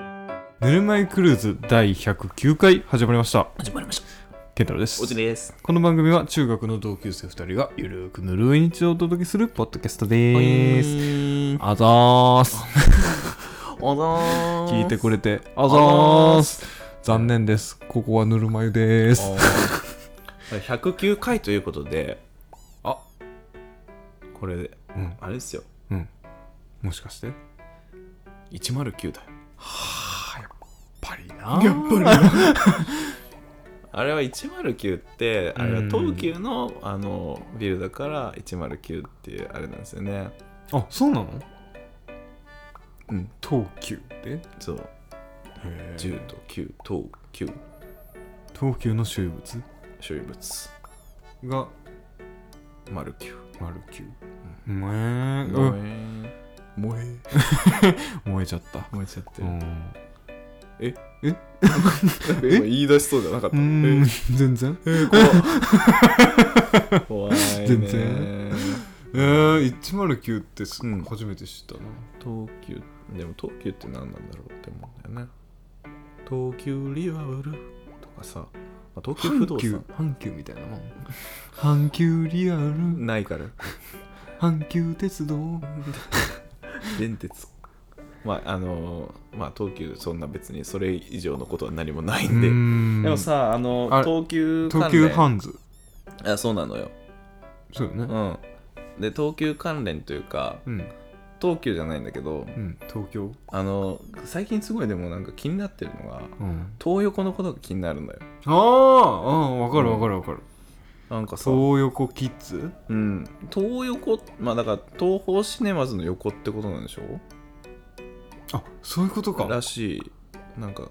ぬるま湯クルーズ第109回始まりました始まりました。健太郎ですおじです。この番組は中学の同級生2人がゆるーくぬるい日常をお届けするポッドキャストでーすす。あざーすおぞー聞いてくれ。れてあざーす残念ですここはぬるま湯でーす109回ということで、あこれ、うんあれですよ。うんもしかしてやっ109だよ。ぱりなあれは109って、あれは東急のあのビルだから109っていうあれなんですよね。あそうなのうん、東急でそう。10と9、東急、東急の終物所有物、が丸9。丸九。ねえ、う燃ん、え。燃え。燃えちゃった。燃えちゃってうる。んなん か今言い出しそうじゃなかっうた。ん、 全然。えー 怖っ怖いね全然えー、109ってすうん初めて知ったな。東急でも東急って何なんだろうって思うんだよね東急リバブルとかさあ東急不動産阪急みたいなもん。 阪急リアル、ないから阪急鉄道。電鉄まああのーまあ東急そんな別にそれ以上のことは何もないんでででも、さあのあれ東急関東連急ハンズ。あそうなのよそうようね。んで東急関連というかうん、東急じゃないんだけどうん、東京。あの最近すごいでもなんか気になってるのがうん。東横のことが気になるんだよああ、うん、わかるわかるわかる。なんかさ、東横キッズうん、東横まあだから東宝シネマズの横ってことなんでしょうあ、そういうことらか。しいなんか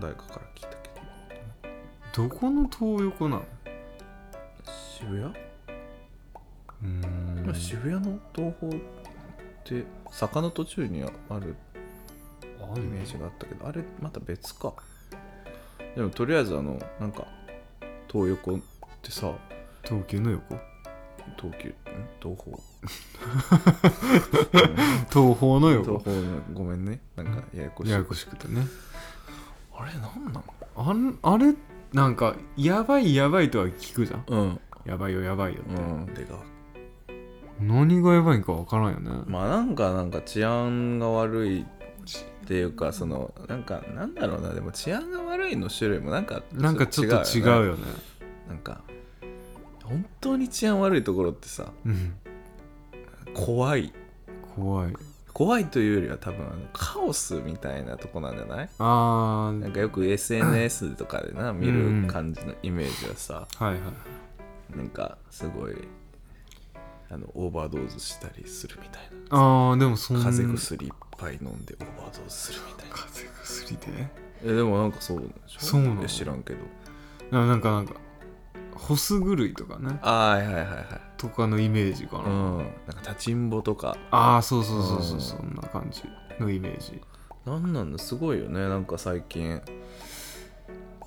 誰かから聞いたけどどこの東横なの渋谷、うーん。渋谷の東宝って坂の途中にあるあイるメねージがあったけどあれまた別かでもとりあえずあのなんか東横ってさ東急の横東急ん東宝東方の 東横宝のごめんねなんかややこしいややこしくてねあれなんなのあんあれなんかやばいやばいとは聞くじゃんうんやばいよやばいよって、うんでか何がやばいんかわからんよね、まあなんかなんか治安が悪いっていうかそのなんかなんだろうなでも治安が悪いの種類もなんかなんかちょっと違うよねよねなんか本当に治安悪いところってさうん怖い怖い怖いというよりは多分あのカオスみたいなとこなんじゃないあなんーかよく SNS とかでな見る感じのイメージはさはいはいなんかすごいあのオーバードーズしたりするみたいなあーでもそんな風邪薬いっぱい飲んでオーバードーズするみたいな風邪薬でえでもなんかそうなんでしょそうなのいや知らんけどななんかなんかホス狂いとかねああはいはいはいはいとかのイメージかな、うんなんか立ちんぼとかああそうそうそうそう、うんそんな感じのイメージなんなんだすごいよねなんか最近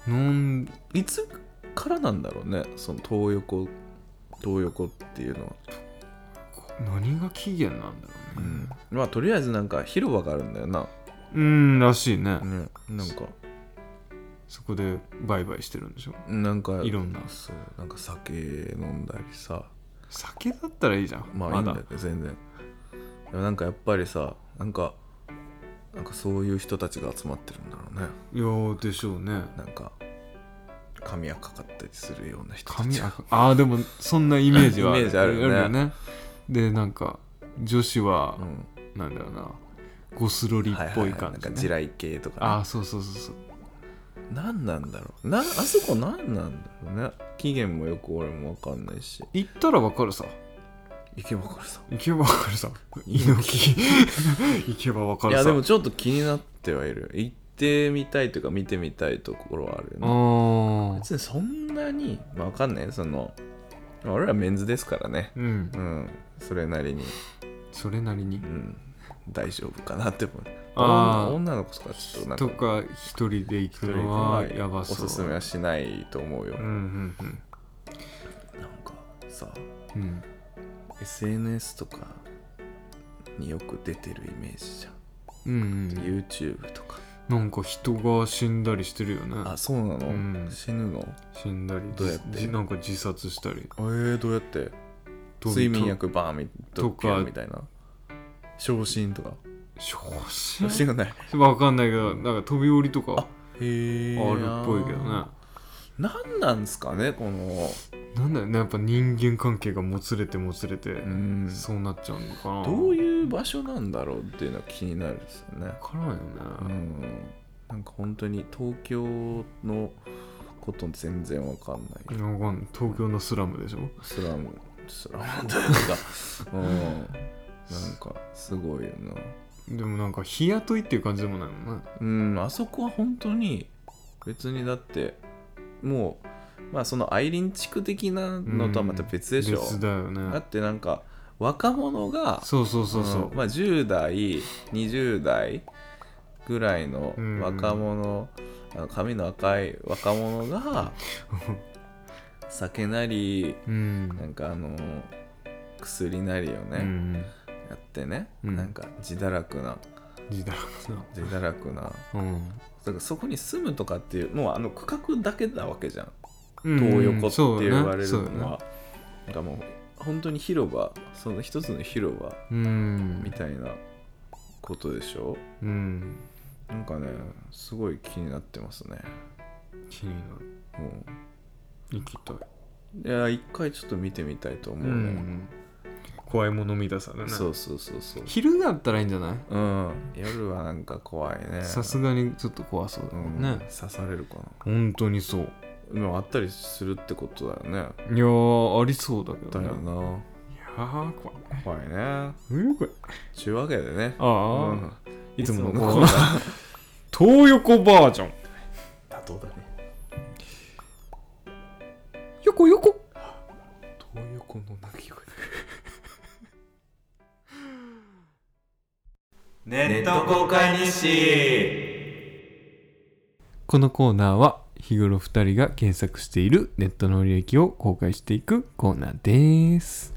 なんいつからなんだろうねその東横東横っていうのは、何が起源なんだろうねまあとりあえずなんか広場があるんだよな、うんらしいね、ね、なんかそこで売買してるんでしょなんかいろんなそうなんか酒飲んだりさ酒だったらいいじゃんまあいいんだけど全然でもなんかやっぱりさなんかなんかそういう人たちが集まってるんだろうねいやーでしょうねなんか髪がかかったりするような人た髪ちああーでもそんなイメージはイメージあるよねでなんか女子はう、ん、なんだろうなゴスロリっぽい感はははなんじ、かね地雷系とか、ね、ああそうそうそうそう何なんだろうなあそこ何なんだろうね期限もよく俺も分かんないし行ったらわかるさ行けば分かるさ行けばわかるさ猪木 行けばわかいるさやでもちょっと気になってはいる行ってみたいというか見てみたいところはあるよあねー別にそんなに、まあ、分かんないそのまあ俺らメンズですからねうんうんそれなりに、それなりにうん、大丈夫かなって思うあー女女の子とかちょっとなんかとか一人で行くそれでのまはあやばそうおすすめはしないと思うよ、うんうんなんかさうんうん SNS とかによく出てるイメージじゃん、うんうん YouTube とかなんか人が死んだりしてるよねあそうなの、うん死ぬの死んだりどうやってじなんか自殺したりえー、どうやって睡眠薬バーみとかドッキリみたいな昇進とか昇知進らない へわかんないけどなんか飛び降りとかあえるっぽいけどね何なんすかねこのなんだよねやっぱ人間関係がもつれてもつれて、うんそうなっちゃうのかなどうういう場所なんだろうっていうのは気になるんですよねわからんよね、うんなんか本当に東京のこと全然わかんないわかんない東京のスラムでしょスラムスラム というかうんなんかすごいよなでもなんか日雇いっていう感じでもないもんねうんあそこは本当に別にだってもうまあそのアイリン地区的なのとはまた別でしょ、別だよねだってなんか若者がそうそうそうそう、んまあ、10代20代ぐらいのうん若者、あの髪の赤い若者が酒なりうんなんかあの薬なりをうね、んやってね、うんなんか自堕落な時代だな自堕落なうんだからそこに住むとかっていうもうあの区画だけなわけじゃんうん東横って言われるそうだねそうだのねは、なんかもう本当に広場その一つの広場うんみたいなことでしょうんなんかねすごい気になってますね気になるも行きたいういや一回ちょっと見てみたいと思うね、怖いもの見たさだねそうそうそうそう昼だったらいいんじゃないうん夜はなんか怖いねさすがにちょっと怖そうだうもんんね、刺されるか本当にそうなでもあったりするってことだよねいやーありそうだけどだねよなやー怖い怖いねうん怖いちゅうわけでねああ、うんいつものいつもコのーナー 東横バージョン妥当だね横横東横の鳴き声ネット公開日誌このコーナーは日頃2人が検索しているネットの履歴を公開していくコーナーです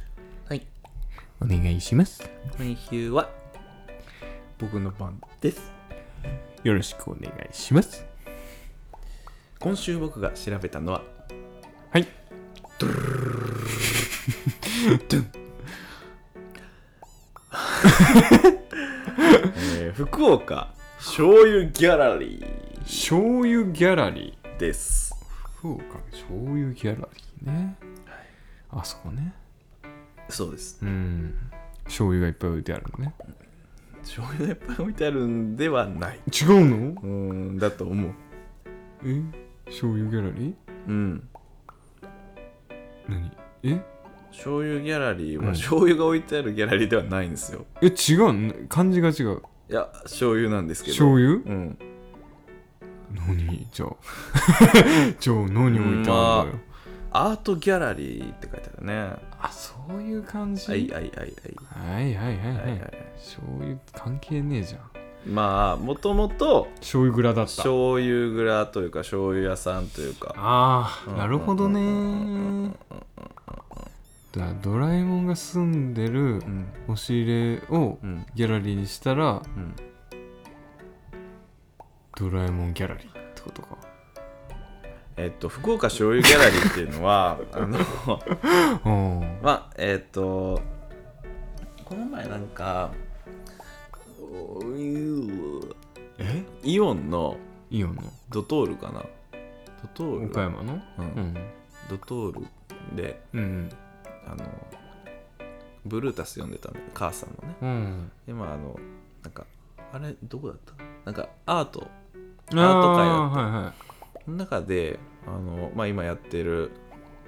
はいお願いします今週は僕の番ですよろしくお願いします今週僕が調べたのははいえー福岡醤油ギャラリ醤油ギャラリーーです福岡醤油ギャラリーねあそこねそうですうん醤油がいっぱい置いてあるのね醤油がいっぱい置いてあるんではない違うのうーんだと思うえ醤油ギャラリーうん何え醤油ギャラリーうんは醤油が置いてあるギャラリーではないんですよ、え違うの漢字が違ういや醤油なんですけど醤油うん何じゃあ じゃあ何置いてあるのよ、アートギャラリーって書いてあるねはあそういう感じいはいははいいはいはいははいい、はいはい醤油関係ねえじゃんまあもともと醤油蔵だった醤油蔵というか醤油屋さんというかああうんなるほどねだドラえもんが住んでるうん押し入れをうんギャラリーにしたらうんドラえもんギャラリーってことかえっと福岡醤油ギャラリーっていうの はあのうんまあえっ、とこの前なんかおううえイオンのイオンのドトールかなドトール岡山のううんんドトールでうんあのブルータス読んでたの母さんのねうんでまああのなんかあれどこだったなんかアートあー後かよはいはいの中であの、まあ、今やってる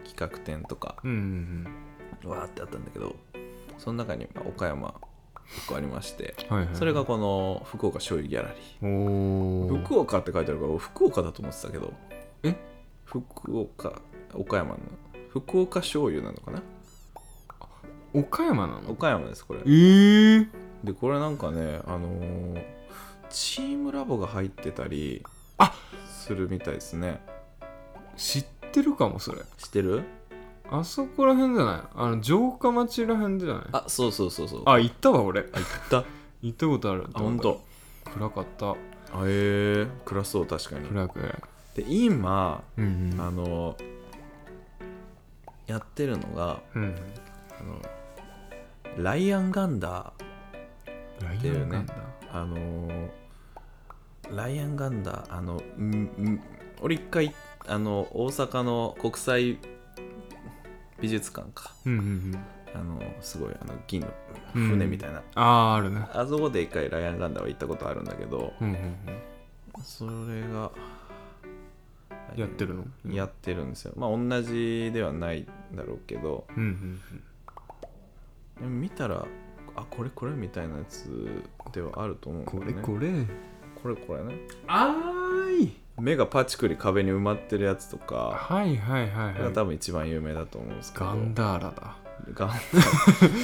企画展とかうんうんわーってあったんだけどその中にまあ岡山1個ありましてうんはいはいそれがこの福岡醤油ギャラリおおー福岡って書いてあるから俺福岡だと思ってたけどえ福岡岡山の福岡醤油なのかな岡山なの岡山ですこれえー、でこれなんかねあのーチームラボが入ってたりあするみたいですね知ってるかもそれ知ってるあそこら辺じゃないあの城下町ら辺じゃないあそうそうそうそう あ行ったわ俺あ行った行ったことあるあ本当暗かったあへえ暗そう確かに暗く暗くで今うんあのやってるのがうんうんあのライアン・ガンダーライてオいうンねなんだあのーライアン・ガンダーあのうんうん俺一回あの大阪の国際美術館かうんうんうんあのすごいあの銀のうん船みたいな、あああるなあそこで一回ライアン・ガンダーは行ったことあるんだけどうんうんうんそれがやってるのやってるんですよまあ同じではないだろうけどうんうんでも見たらあこれこれみたいなやつではあると思うんだこよれねこれこれこれねあーい目がパチクリ壁に埋まってるやつとかはいはいはいがはい多分一番有名だと思うんですけどガンダーラだガ ンダ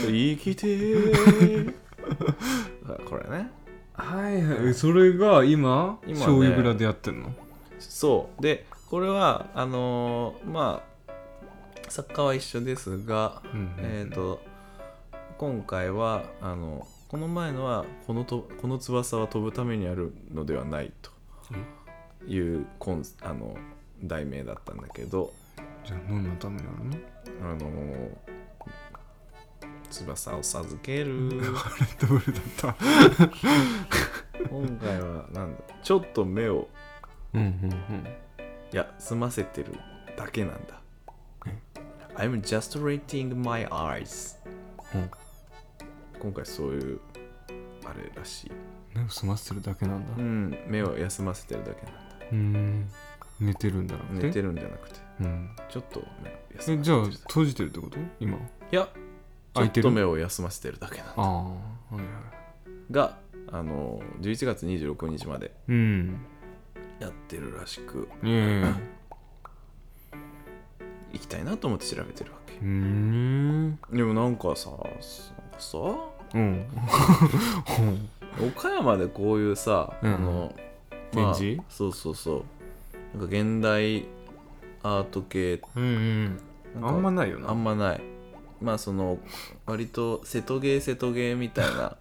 生きてーこれねはいはいそれが今今ね醤油蔵でやってんのそうでこれはあのーまあ作家は一緒ですが、うんうんうんえっ、と今回はあのこの前のはこのとこの翼は飛ぶためにあるのではないというコンあの題名だったんだけどじゃあ何のためにあるのあのー翼を授ける あれどれだった今回はなんだちょっと目をうんうんいや済ませてるだけなんだ I'm just rating my eyes うん今回そういうあれらしい、目を澄ませてるだけなんだうん、目を休ませてるだけなんだうーん寝てるんだろう寝てるんじゃなくてうんちょっと目を休えませじてゃるあだけ閉じてるってこと今いやちょ開いってると目を休ませてるだけなんあだあはいはいがあの11月26日までうんやってるらしくいやいやいや行きたいなと思って調べてるわうーんけでもなんかさなんかさうん岡山でこういうさ、うんあの展示まあそうそうそうなんか現代アート系うんうんなんかあんまないよなあんまないまあその割と瀬戸芸瀬戸芸みた いな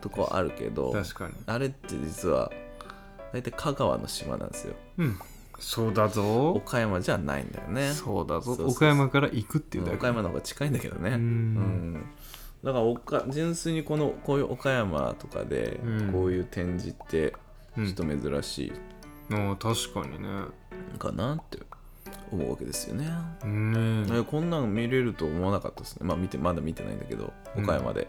とこあるけど確かにあれって実は大体香川の島なんですようんそうだぞ岡山じゃないんだよねそうだぞそうそうそう岡山から行くっていうだけ岡山の方が近いんだけどねうんうんだから岡純粋にこのこういう岡山とかでうんこういう展示ってうちょっんと珍しいああ確かにねかなって思うわけですよね。うんえこんなん見れると思わなかったですね。まあ見てまだ見てないんだけど、うん岡山で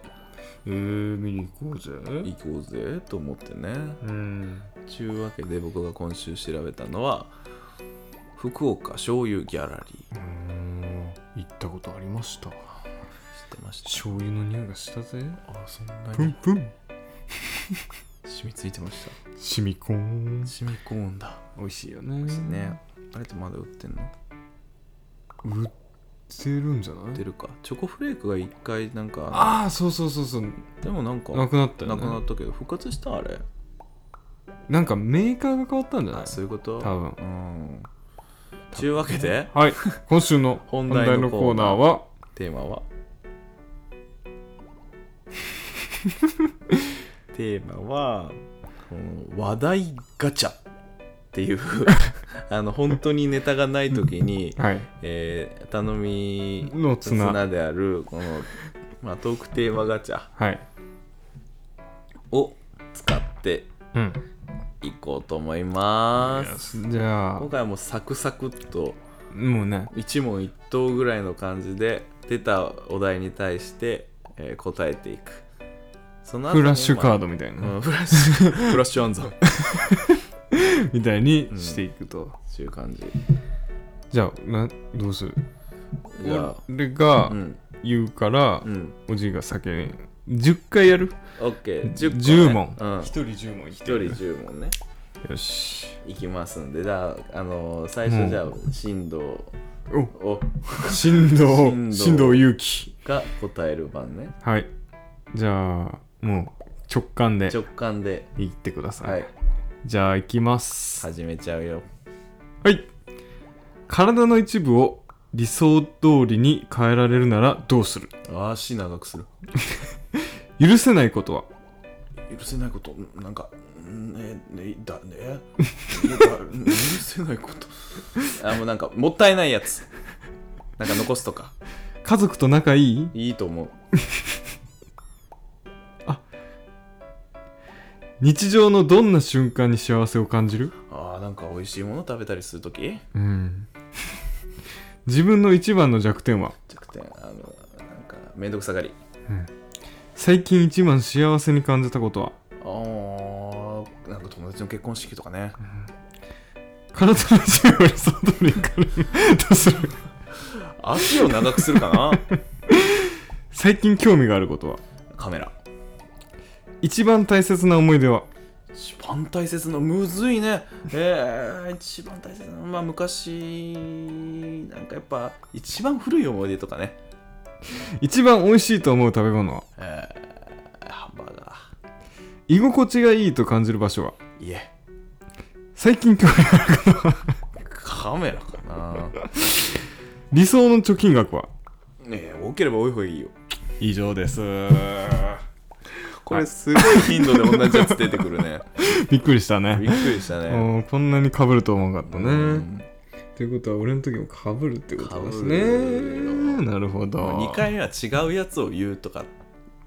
えー、見に行こうぜ行こうぜと思ってね。うんちゅうわけで僕が今週調べたのは、福岡醤油ギャラリー。うーん行ったことありました知ってました。醤油の匂いがしたぜあ、そんなプンプン染みついてました。染み込ん染み込んだ。美味しいよねね。あれってまだ売ってんの売ってるんじゃな売っているか。チョコフレークが一回なんか、ああそうそうそうそうでもなんか、なくなったよ、なね、くなったけど、復活したあれ。なんかメーカーが変わったんじゃないあ、そういうこと多分うん。ちゅうわけで、 はい今週の本本題題ののココーーナナーーはテーマ はテーマはこの話題ガチャっ ていうあの本当にネタがない時に、はいえー頼みの綱であるこの、まあ、トークテーマガチャはいを使ってうんいこうと思います。じゃあ今回はもうサクサクっともうね一問一答ぐらいの感じで出たお題に対して、えー答えていくその後フにラッシュカーまドみたいあうな、ん、フラッシュ フラッシュ暗算っ みたいにしていくと、ていう感じじゃあなどうするじゃ俺があうん言うから、うんおじいが先に10回やる OK10 個、ね、 10問うん、1人10問1人10問ねよしいきますんでじゃあ、あのー最初じゃあ振動おを振振動動振動勇気が答える番ねはいじゃあもう直感で直感でいってください、はいじゃあいきます始めちゃうよはい体の一部を理想通りに変えられるならどうする足長くする許せないことはえ許せないことなんかねねだねなんか許せないこと あもうなんかもったいないやつなんか残すとか家族と仲いいいいと思う日常のどんな瞬間に幸せを感じるあーなんか美味しいもの食べたりするときうん。自分の一番の弱点は弱点あのなんかめんどくさがり最近一番幸せに感じたことはあーなんか友達の結婚式とかね体の自由を理想通りにかるどうする足を長くするかな最近興味があることはカメラ一番大切な思い出は一番大切なむずいねえー、一番大切なまあ昔なんかやっぱ一番古い思い出とかね一番美味しいと思う食べ物はえー、ハンバーガ居心地がいいと感じる場所はーいえ最近興味があるカメラかな理想の貯金額は ねえ多ければ多い方がいいよ以上ですこれすごい頻度で同じやつ出てくるね びっくりした びねっくりしたねうんこんなに被ると思わなかったうねんということは俺の時も被るってことですね被るよなるほど2回目は違うやつを言うとか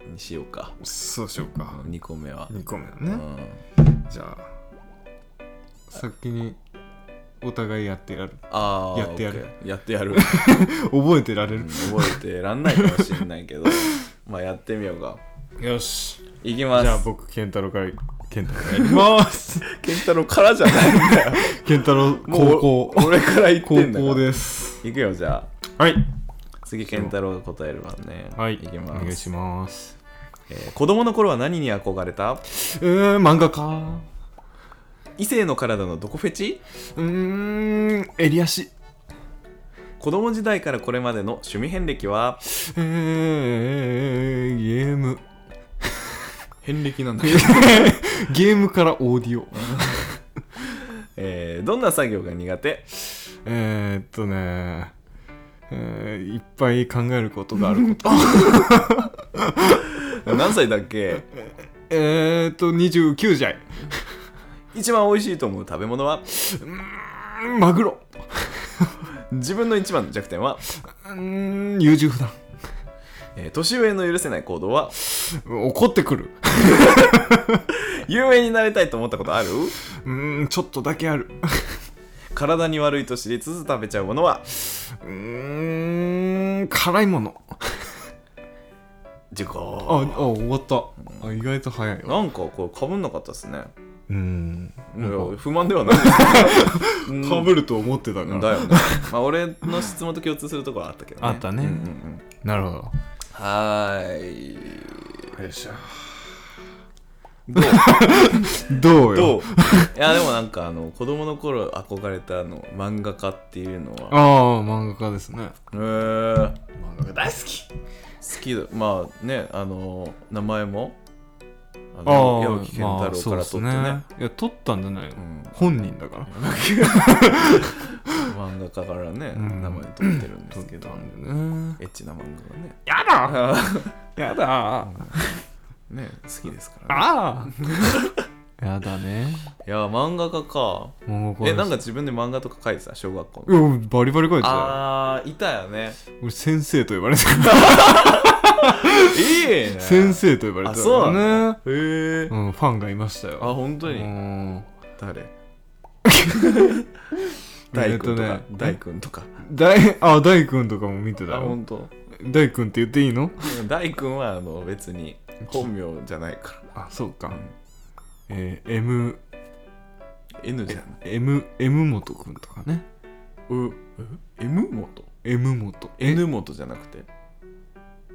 にしようかそうしようか2個目は、 2個目だうねん、じゃあ先にお互いやってやるああやってやるやってやる覚えてられうん覚えてらんないかもしれないけど まあやってみようかよしいきますじゃあ僕健太郎から健太郎やります健太郎からじゃないん だよ健太郎高校俺から言っ高てんだから校ですいくよじゃあはい次健太郎が答える番ねはいいきおます願いしますえー子供の頃は何に憧れたうーん漫画か異性の体のどこフェチうーん襟足子供時代からこれまでの趣味遍歴はえーゲーム遍歴なんだけど、ゲームからオーディオえーどんな作業が苦手えー、っとねえーいっぱい考えることがあること何歳だっけえーっと、29歳。一番美味しいと思う食べ物はマグロ。自分の一番の弱点は、うーん、優柔不断。えー年上の許せない行動は怒ってくる。有名になりたいと思ったことあるうーん、ちょっとだけある。体に悪いと知りつつ食べちゃうものはうーん、辛いもの。自己あ、あ、終わった。あ、意外と早いわ。なんかこれかぶんなかったですねうーん。いや不満で はないうんかぶると思ってたから。だよねまあ俺の質問と共通するところはあったけどねあったねうんうんうんなるほはーいど。よいしょ。どうどうよ。どういやでもなんかあの子供の頃憧れたあの漫画家っていうのはああ、漫画家ですね。えー、好漫画家大好き。きだまあねあの名前もあああ、の矢吹健まあ太郎から取ってね,、そうですいや、取ったんじゃないよ。うん本人だから。漫画家からね、うん名前取ってるんです取けっどたんだよね。エッチな漫画がねやだあやだーね好きですから、ね、ああやだね。いや漫画家かもうこれえなんか自分で漫画とか書いてた小学校の、うんバリバリ書いてたよあーいたよね俺先生と呼ばれてたいいね先生と呼ばれてたあそうなねへえうんファンがいましたよあ本当に、うん誰大君とえかっとね大君とか大あ大君とかも見てたあよ本当大君って言っていいの大君はあの別に本名じゃないかあそうから、うんえー M N じゃない M M 元君とかねう M 元 M 元 N 元じゃなくて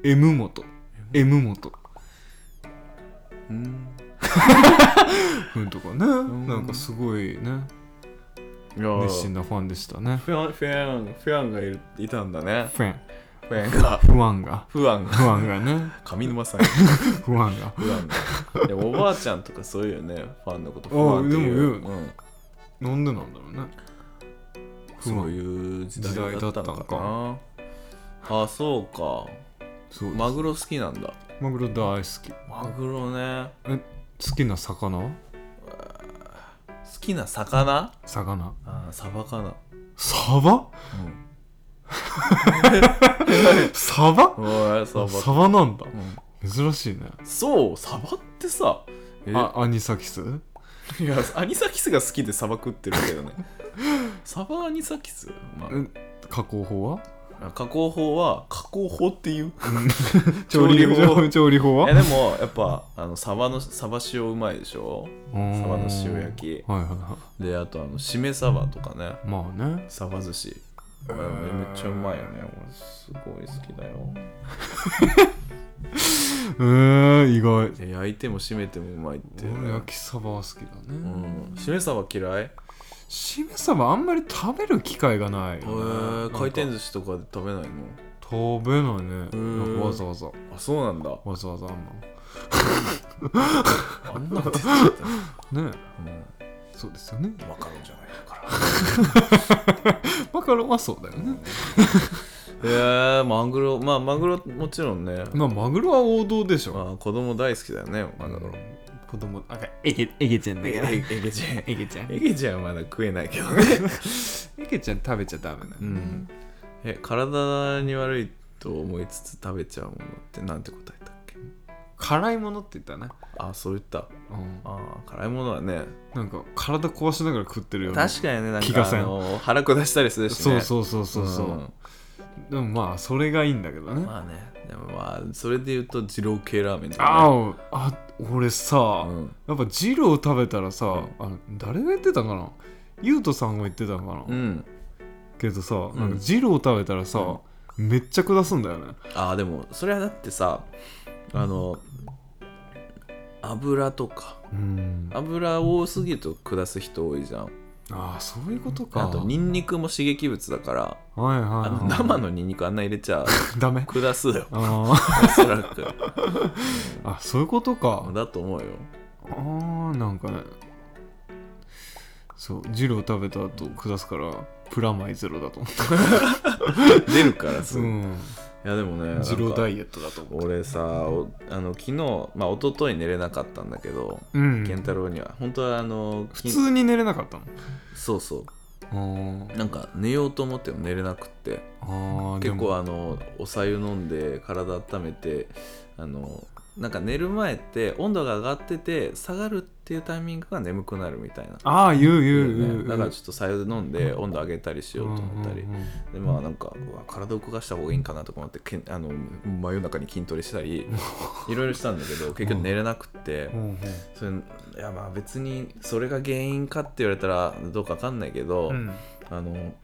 M 元 M 元うん君とかねんなんかすごいねいや熱心なファンでしたねフェンフェンフェンがいるいたんだねフェンフェンが不安が不安が不安がね 上沼さんが不安が不安がでもおばあちゃんとかそういうねファンのこと不あ安ってでもい言うよう、ねうん、なんでなんだろうね不安そういう時代だったの時代かなあそうかそうですマグロ好きなんだマグロ大好きマグロねえ好きな魚好きな魚魚あーサバかな、サバサバうん、おいサバ、サバなんだうん珍しいねそうサバってさえあアニサキスうんいやアニサキスが好きでサバ食ってるけどね サバアニサキス、ま加工法はあ、加工法は加工法っていう調調理理法法調理法いやはでもやっぱあのサバのサバ塩うまいでしょうーんサバの塩焼きはいはいはであとあのしめサバとかねいまあねサバ寿司あーめっちゃうまいよね俺すごい好きだようーん意外いや焼いても締めてもうまいっていう俺ね焼きサバは好きだうねんしめサバ嫌いしめサバあんまり食べる機会がないえー、回転なんか寿司とかで食べないの食べないねんなんかわざわざあそうなんだわざわざあんあんなの出てたなのねうんそうですよねマカロンじゃないからマカロンはそうだよねえー、マグロまあマグロもちろんね、まあマグロは王道でしょまあ、子供大好きだよねマグロ子供あえげえげちゃんだけどええげちゃん えげちゃんえげちゃんはまだ食えないけどねえげちゃん食べちゃダメだようんえ体に悪いと思いつつ食べちゃうものってなんて答えたっけ辛いものって言ったねあそう言ったうんあー辛いものはねなんか体壊しながら食ってるよね確かにねなん気がかせんあの腹下したりするしそうねそうそうそうそう、んでもまあそれがいいんだけどねまあねでもまあそれで言うと二郎系ラーメンとあか、ね、ーあ俺さ、うんやっぱジロー食べたらさ、あの誰が言ってたかなゆうとさんが言ってたのかな、うんけどさんなんかジロー食べたらさ、めっちゃ下すんだよねああでもそれはだってさあの油とかうん油多すぎると下す人多いじゃんああそういうことかあとニンニクも刺激物だからはいはい、あはのい、生のニンニクあんな入れちゃダ メ下す よあおそらくーあそういうことかだと思うよあーなんかねそうジロー食べた後下すからプラマイゼロだと思った出るからすうぐ、い んやでもねジローダイイエットだと思った俺さおあの昨日まあ一昨日寝れなかったんだけどうん健太郎には本当はあの普き通に寝れなかったそうそのうなんか寝ようと思っても寝れなくってあーあーで結も構あのお茶湯飲んで体温めてあのなんか寝る前って温度が上がってて下がるっていうタイミングが眠くなるみたいな、ああ言う言う言う言うだからちょっと茶湯で飲んで温度上げたりしようと思ったり、うんうんうんでまあなんかうわ体を動かした方がいいんかなとか思ってけんあの真夜中に筋トレした りいろいろしたんだけど結局寝れなくって、うんうんそれいやまあ別にそれが原因かって言われたらどうかわかんないけど、うんあの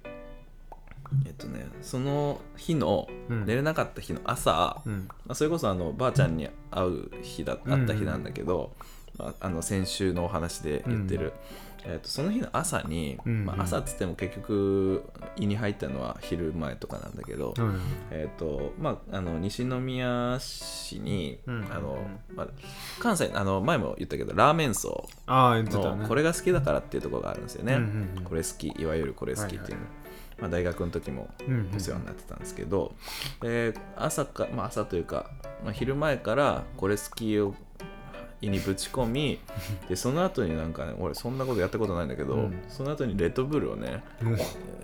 えっとねその日のうん寝れなかった日の朝、うんまあ、それこそあのばあちゃんに会う日だうんうん会った日なんだけど、まあ、あの先週のお話で言ってる、えっとその日の朝に、うんうんまあ、朝っつっても結局胃に入ったのは昼前とかなんだけど、うんえっとまあ、あの西宮市に、うんあのまあ、関西あの前も言ったけどラーメン層ああ言ってたのねこれが好きだからっていうところがあるんですよね。うんうんうんこれ好きいわゆるこれ好きっていうの、はいはいまあ、大学の時もうんうんお世話になってたんですけど、えー朝か、まあ、朝というか、まあ、昼前からこれ好きを胃にぶち込みでその後になんかね俺そんなことやったことないんだけど、うんその後にレッドブルをねうん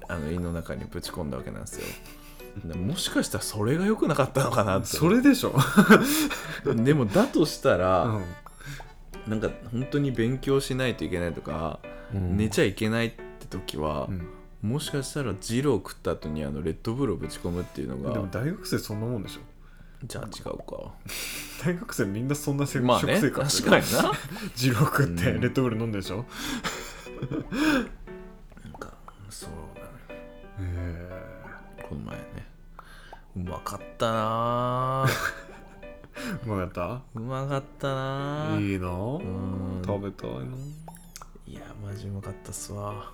あの胃の中にぶち込んだわけなんですよ。でもしかしたらそれが良くなかったのかなってそれでしょでもだとしたら、うなんか本当に勉強しないといけないとか、ん寝ちゃいけないって時は、うんもしかしたらジロー食った後にあのレッドブルをぶち込むっていうでのもが大学生そんなもんでしょじゃあ違うか大学生みんなそんなせまあ食ね生確活かになジロー食ってうんレッドブル飲んでるでしょなんかそうだねへえこの前ねうまかったなぁうまかうまかったっなたぁいいなぁん食べたいないやマジうまかったっすわ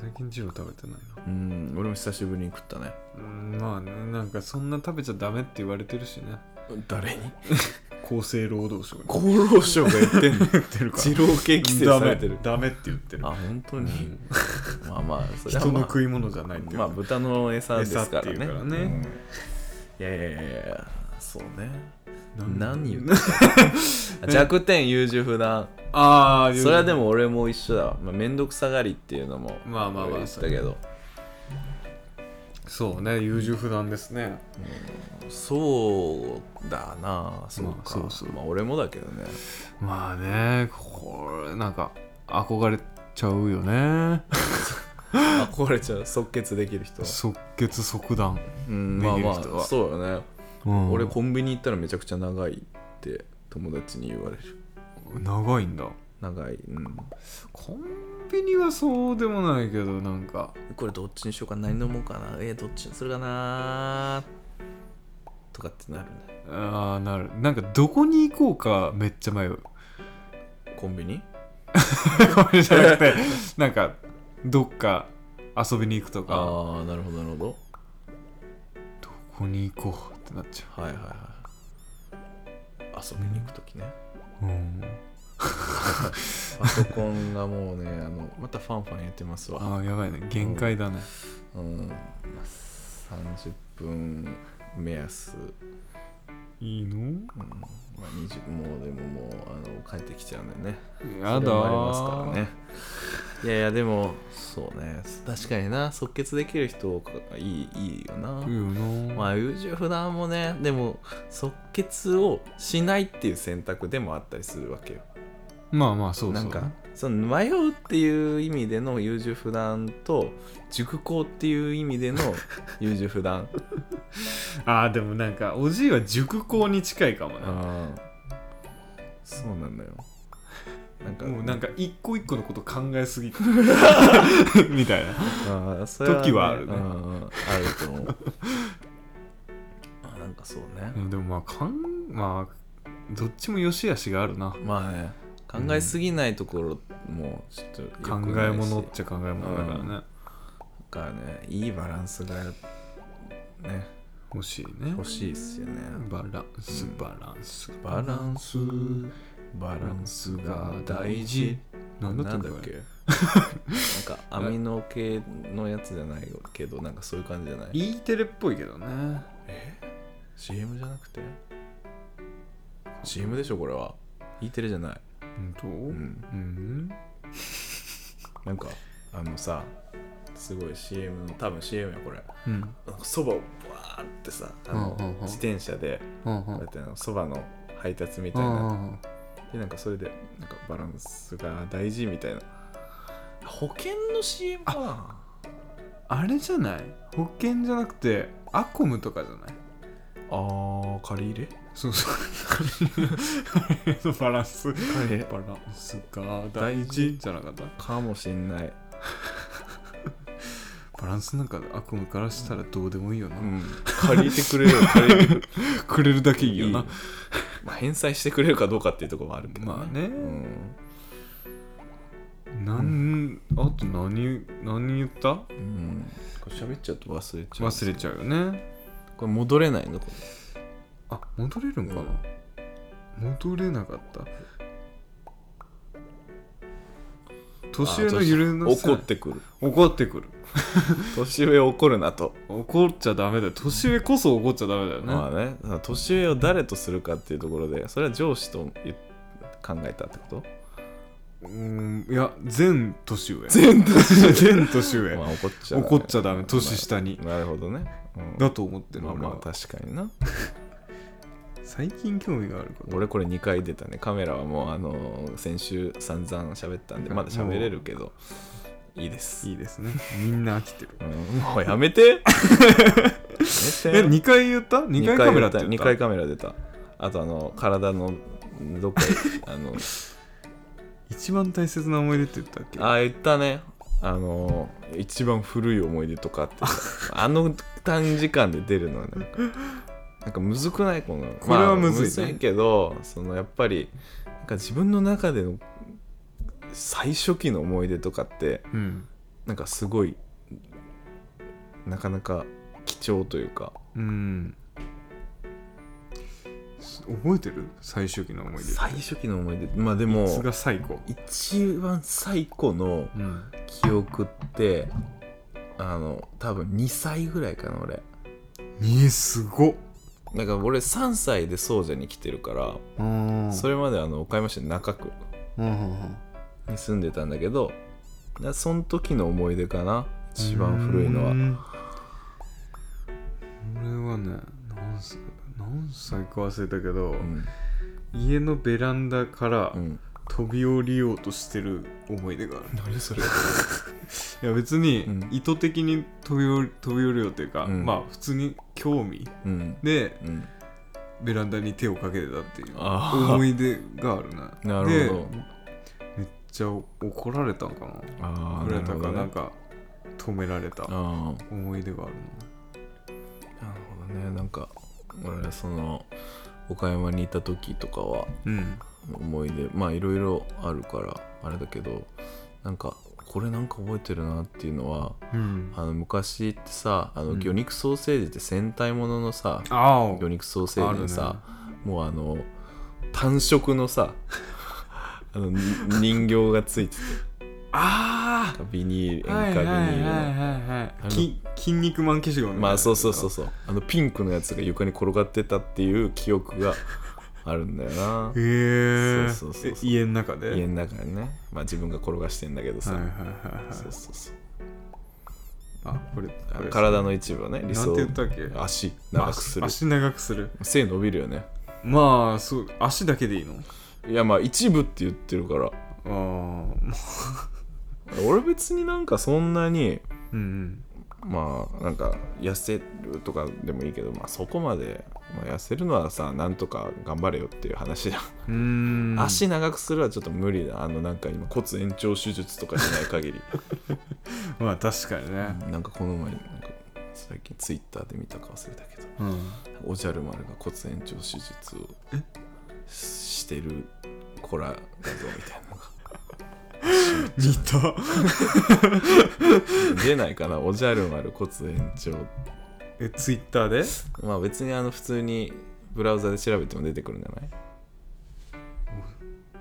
最近ジロー食べてないなうん俺も久しぶりに食ったねうんまあねなんかそんな食べちゃダメって言われてるしね誰に厚生労働省に厚労省が言ってんの言ってるからジロー系規制されてるダメダメって言ってるあ本当うに、んまあまあそれは人のまあ食い物じゃないっていうまあか豚の餌ですから餌っていねうからねうんいやいやいやいやそうね何言ってた 弱点優柔不断ああそれはでも俺も一緒だわ、まあ、めんどくさがりっていうのもまあまあまあ俺言ってたけどそうね優柔不断ですねそうだなそうまあか、そうそうまあ俺もだけど ねまあねこれなんか憧れちゃうよね憧れちゃう即決できる人即決即断、うんでまあきる人まはあそうよね、うん、俺コンビニ行ったらめちゃくちゃ長いって友達に言われる長いんだ長い、うん、コンビニはそうでもないけどなんかこれどっちにしようか何飲もうかなえーどっちにするかなとかってなるねああなるなんかどこに行こうかめっちゃ迷うコンビニこれじゃなく てなんかどっか遊びに行くとかああなるほどなるほどこに行こうってなっちゃどはいはいはい遊びに行く時ねううんパソコンがもうねあのまたファンファン言ってますわああやばいね限界だねうんまあ30分目安、いいのうんまあ、20もうでももうあの帰ってきちゃうんだよねやだそれもありますーからねいやいやでもそうね確かにな即決できる人がいいいいよな、いいよなまあ優柔不断もねでも即決をしないっていう選択でもあったりするわけよまあまあそうそうなんかその迷うっていう意味での優柔不断と熟考っていう意 味での優柔不断ああでもなんかおじいは熟考に近いかもな、そうなんだよなんかもうなんか一個一個のこと考えすぎ てみたいなああそれはね時はあるねうんうんあると思う あなんかそうね、でもまあかんまあどっちも良し悪しがあるなまあね考えすぎないところもちょっと考良くないえし物っちゃ考え物だからね、だからねいいバランスがね欲しいね欲しいっすよねバランスバランス、バランスバランスが大事なんだったなんんだだっっけけ なんかアミノ系のやつじゃないけどなんかそういう感じじゃない E テレっぽいけどね CM じゃなくて CM でしょこれは E テレじゃない本当ううんんなんかあのさすごい CM の多分 CM やこれうんなんかそばをバーってさあの、うんうんうん自転車でうんうこうんやってあのそばの配達みたいなあでなんかそれでなんかバランスが大事みたいな保険の CM かなあれじゃない保険じゃなくてアコムとかじゃないあー借り入れそうそう彼の バランス借り入れバランスが大事じゃなかったかもしんないバランスなんか悪夢からしたらどうでもいいよな、うん借りてくれる借りてくれるくれるだけ いいよなまあ、返済してくれるかどうかっていうところもあるけど、まあねうんなんあと何何言ったうん、これ喋っちゃうと忘れちゃう忘れちゃうよねこれ戻れないのこあ戻れるんかな、戻れなかった年上の揺れれのせい怒ってくる怒ってくる年上怒るなと、怒っちゃダメだよ年上こそ怒っちゃダメだよね、まあねその年上を誰とするかっていうところでそれは上司と言っ考えたってことうーんいや全年上全 全年上、まあ怒っちゃ怒っちゃダメ年下に、なるほどね、うんだと思ってるまあ俺まはあ確かにな最近興味があること俺これ2回出たねカメラはもうあのー先週散々喋ったんでまだ喋れるけどいいですいいですね みんな飽きてるうんもうや めてやえめて2回言った2回カメラって言った2回カメラ出たあとあの体のどっかあの一番大切な思い出って言ったっけああ言ったねあの一番古い思い出とかって あの短時間で出るのはなんかなんかむずくないこの これはむずいねまあむずいけどそのやっぱりなんか自分の中での最初期の思い出とかってうんなんかすごいなかなか貴重というかうんす覚えてる最終期の思い出最初期の思い出まあでもそれが最高一番最古のうん記憶ってあの多分2歳ぐらいかな俺えすごっだから俺3歳で総社に来てるから、うんそれまであの岡山市の中区うんうんに住んでたんだけどだからその時の思い出かなうん一番古いのうはん俺はね何歳何歳か忘れたけど、うん家のベランダからうん飛び降りようとしてる思 い出がある、何それいや別にうん意図的に飛び降り飛び降りようというか、うんまあ普通に興味うんでうんベランダに手をかけてたっていうあー思い出があるななるほどでめっちゃ怒られたんかなああ怒らなれるたほかどなねんか止められたあ思い出があるあなるほどねなんか俺その岡山にいた時とかはなうん思い出まあいろいろあるからあれだけどなんかこれなんか覚えてるなっていうのはうんあの昔ってさあのうん魚肉ソーセージって戦隊もののさ、ああ魚肉ソーセージのさ、もうあの単色のさ あのに人形がついててあビニールあは塩い化はいビはいニールのはいはのいき筋肉マン消しゴムみたいなまあそうそうそうそうあのピンクのやつが床に転がってたっていう記憶が あるんだよなへえそうそうそうそうえ家の中で家の中にねまあ自分が転がしてんだけどさ、はいはいはいはいそうそうそうあこれこれ体の一部をね理想なんて言ったっけ足長くする足足長くする背伸びるよねまあそう足だけでいいのいやまあ一部って言ってるからああ俺別になんかそんなにうんまあなんか痩せるとかでもいいけど、まあ、そこまで、まあ、痩せるのはさなんとか頑張れよっていう話だ、うんうーん足長くするはちょっと無理だあのなんか今骨延長手術とかしない限り まあ確かにねなんかこの前なんか最近ツイッターで見たか忘れたけどうんおじゃる丸が骨延長手術をしてる子らだぞみたいなのが似た出ないかなおじゃる丸骨延長えツイッターでまあ別にあの普通にブラウザで調べても出てくるんじゃない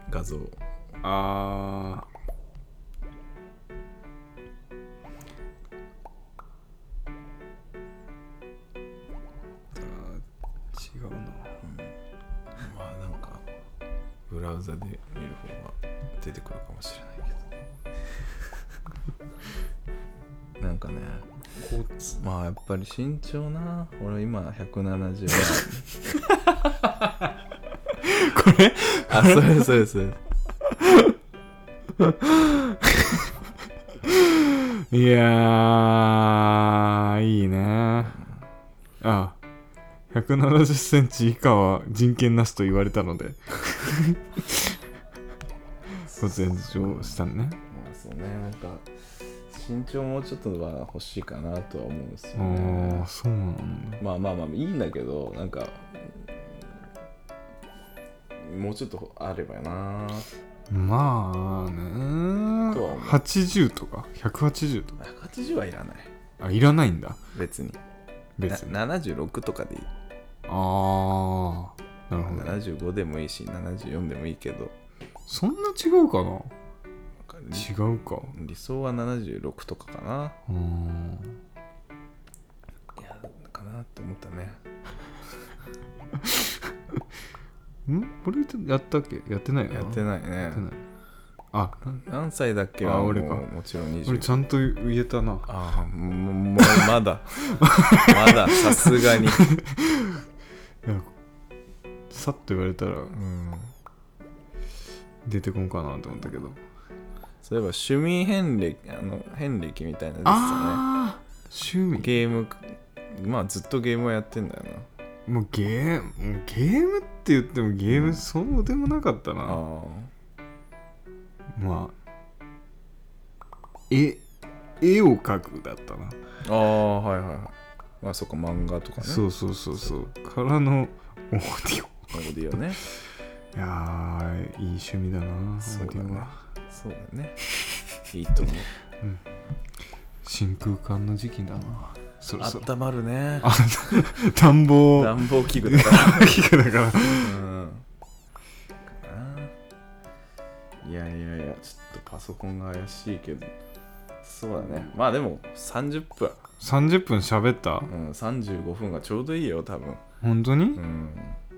画像あー違うなまあなんかブラウザで見る方が出てくるかもしれないけどなん かねこうつまあやっぱり身長な俺今170 これあそれそれそれいやーいいねあ1 7 0ンチ以下は人権なしと言われたの でご前上したのねまあそうねなんか身長もうちょっとは欲しいかなとは思うんですよねああそうなんだまあまあまあいいんだけどなんかうんもうちょっとあればよなまあとは思うね80とか180とか180はいらないあいらないんだ別に別にあな76とかでいいあーなるほどね75でもいいし74でもいいけどそんな違うかななんか違うか理想は76とかかなうーんいやかなって思ったねん俺やったっけやってないよなやってないねやってないあ何歳だっけあはもう俺かもちろん俺20ちゃんと言えたなああもうもうまだまださす がにいやさっと言われたらうん出てこんかなと思ったけどそういえば趣味遍歴あの遍歴みたいなの出てたねああ趣味ゲームまあずっとゲームをやってんだよなもうゲームもうゲームって言ってもゲームそうでもなかったな、あまあ絵絵を描くだったな、あはいはいはいまあそっか漫画とかねそうそうそうそうからのオーディオオーディオねいやーいい趣味だなオそうーデだィオねはそうだ ねいいと思う真空管の時期だなそろあそっろたまるねあ 暖房暖房器具だから器具だからうんいやいやいやちょっとパソコンが怪しいけどそうだねまあでも30分30分喋ったうん35分がちょうどいいよ多分本当にうん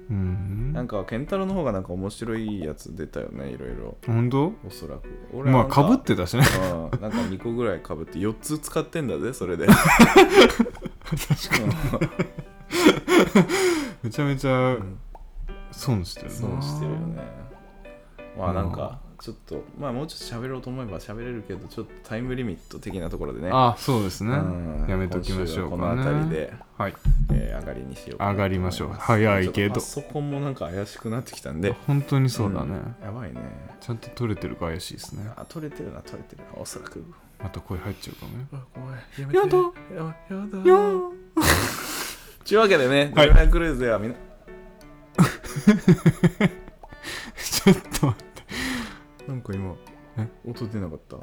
うんなんか健太郎の方がなんか面白いやつ出たよねいろいろ本当おそらく俺まあかかぶってたしね うんなんか2個ぐらいかぶって4つ使ってんだぜそ れで確かめちゃめちゃん損してるにな損してるよねまあうんなんかちょっとまあもうちょっと喋ろうと思えば喋れるけどちょっとタイムリミット的なところでねあそうですねうんやめときましょうかね今週はこの辺りで、はいえー上がりにしようかなと上がりましょう早いけどちょっとパソコンもなんか怪しくなってきたんで本当にそうだね、んやばいねちゃんと取れてるか怪しいですねあ取れてるな取れてるなおそらくまた声入っちゃうかもねあ怖いやめやだやばいやだいや ーというわけでね、はいドリアンクルーズではみんなちょっと待ってなんか今え音出なかった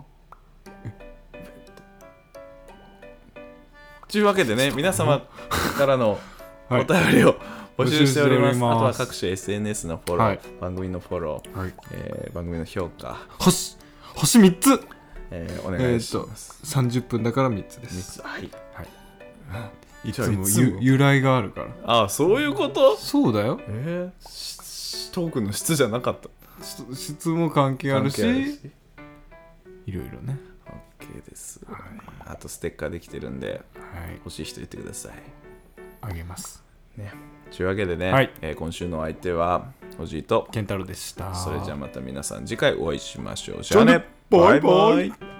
というわけでね皆様から のおはい便りを募集しておりま募集してす,、おりますあとは各種 SNS のフォロー、はい番組のフォロー、はいえー番組の評価、星星3つえーお願えいっしとます、 30分だから3つです三つはいいじゃあつもいつもゆ由来があるからああそういうことそうだよえーししトークの質じゃなかったちょっと質も関係あるし関係あるしいろいろね OK です、あとステッカーできてるんではい欲しい人言ってくださいあげますねというわけでね、はいえー今週のお相手はおじいと健太郎でしたそれじゃあまた皆さん次回お会いしましょうじじゃゃああねねバイバイ